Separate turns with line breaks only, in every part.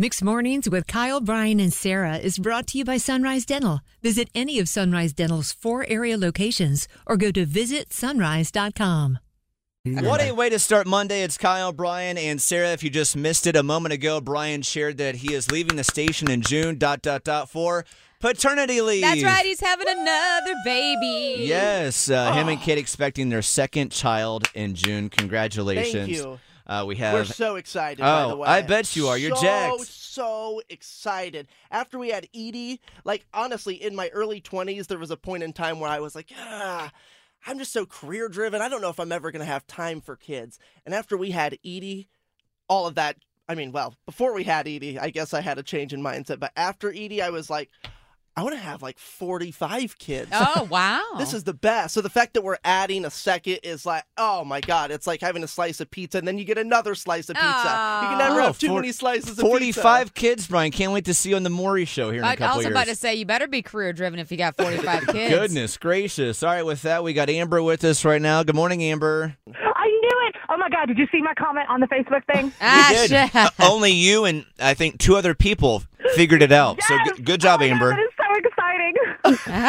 Mixed Mornings with Kyle, Brian, and Sarah is brought to you by Sunrise Dental. Visit any of Sunrise Dental's four area locations or go to visitsunrise.com.
What a way to start Monday. It's Kyle, Brian, and Sarah. If you just missed it a moment ago, Brian shared that he is leaving the station in June, dot, dot, dot, for paternity leave.
That's right. He's having another baby.
Yes, uh, him and Kate expecting their second child in June. Congratulations.
Thank you.
Uh, we
We're
have
so excited.
Oh,
by the way.
I bet you are. You're
so,
jacked.
So excited. After we had Edie, like honestly, in my early twenties, there was a point in time where I was like, ah, I'm just so career driven. I don't know if I'm ever gonna have time for kids. And after we had Edie, all of that. I mean, well, before we had Edie, I guess I had a change in mindset. But after Edie, I was like, I want to have like 45 kids.
Oh wow.
This is the best. So the fact that we're adding a second is like, oh my god, it's like having a slice of pizza and then you get another slice of pizza. You can never
Oh,
have too
four-
many slices of pizza.
45 kids, Brian. Can't wait to see you on the Maury show here in a
I'd
couple
also
years.
about to say you better be career driven if you got 45 kids.
Goodness gracious. All right, with that, we got Amber with us right now. Good morning, Amber.
I knew it. Oh my God, did you see my comment on the Facebook thing?
Ah,
we did.
shit.
Uh, only you and I think two other people figured it out. So
Yes!
good, good job,
Oh my God,
Amber.
That is so exciting.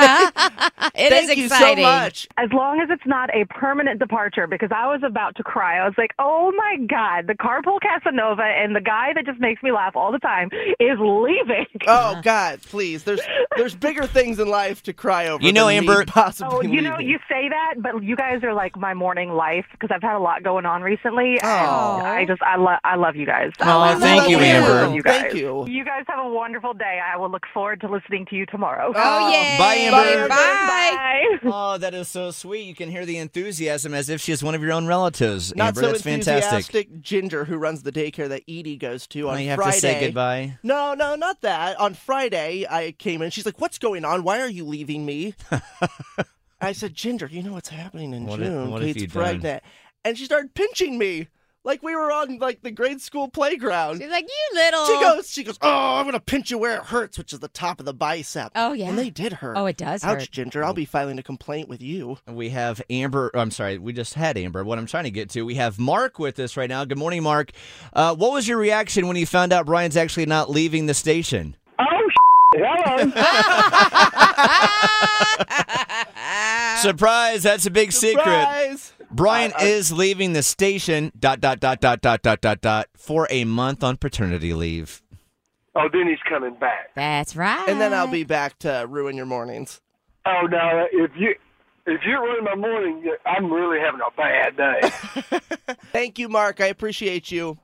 It is
Thank you
exciting.
so much.
as long as it's not a permanent departure, because I was about to cry. I was like, oh my God, the carpool Casanova and the guy that just makes me laugh all the time is leaving.
Uh-huh.
Oh god, please. There's there's bigger things in life to cry over.
You know,
than me
Amber-
possibly
Oh, you know,
leaving.
you say that, but you guys are like my morning life because I've had a lot going on recently. and I just, I, lo- I love you guys.
Aw,
love
Oh, thank you,
you.
Amber.
Love you guys.
Thank you.
You guys have a wonderful day. I will look forward to listening to you tomorrow.
Oh yeah.
Bye, Amber.
Bye.
Bye.
Oh, that is so sweet. You can hear the enthusiasm as if she is one of your own relatives.
Not
Amber,
so
that's fantastic.
enthusiastic Ginger who runs the daycare that Edie goes to
Now
on
you have
Friday.
to say goodbye.
No, no, not that. On Friday, I came in. She's like, "What's going on? Why are you leaving me?" I said, "Ginger, you know what's happening in
What if-
June.
what if
Kate's
you don't?
pregnant." And she started pinching me like we were on like the grade school playground.
She's like you little.
She goes, she goes, "Oh, I'm gonna pinch you where it hurts, which is the top of the bicep."
Oh, yeah.
and they did hurt.
Oh, it does
Ouch,
hurt.
Ginger. I'll be filing a complaint with you.
We have Amber. I'm sorry, we just had Amber. What I'm trying to get to, we have Mark with us right now. Good morning, Mark. Uh, what was your reaction when you found out Brian's actually not leaving the station?
Oh, hello.
Surprise! That's a big secret.
Uh, Surprise!
Brian is leaving the station. Dot dot dot dot dot dot dot dot for a month on paternity leave.
Oh, then he's coming back.
That's right.
And then I'll be back to ruin your mornings.
Oh no, if you if you ruin my morning, I'm really having a bad day.
Thank you, Mark. I appreciate you.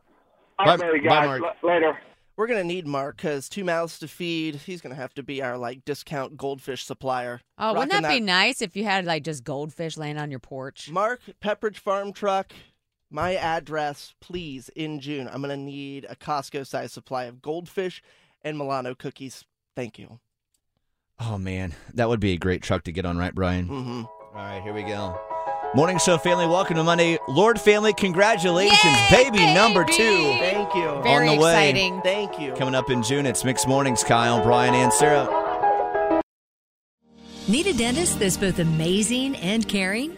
All
Bye-
right,
bye,
guys.
Mark.
L- later.
We're gonna need Mark because two mouths to feed. He's gonna have to be our like discount goldfish supplier.
Oh, wouldn't that,
Rocking
be nice if you had like just goldfish laying on your porch?
Mark Pepperidge Farm truck? My address, please. In June, I'm gonna need a Costco-sized supply of goldfish and Milano cookies. Thank you.
Oh man, that would be a great truck to get on, right, Brian?
hmm
All right, here we go. Morning show family, welcome to Monday. Lord family, congratulations,
Yay,
baby, number two.
baby!
Thank you.
Very
on the way.
exciting.
Thank you.
Coming up in June, it's Mixed Mornings, Kyle, Brian, and Sarah.
Need a dentist that's both amazing and caring?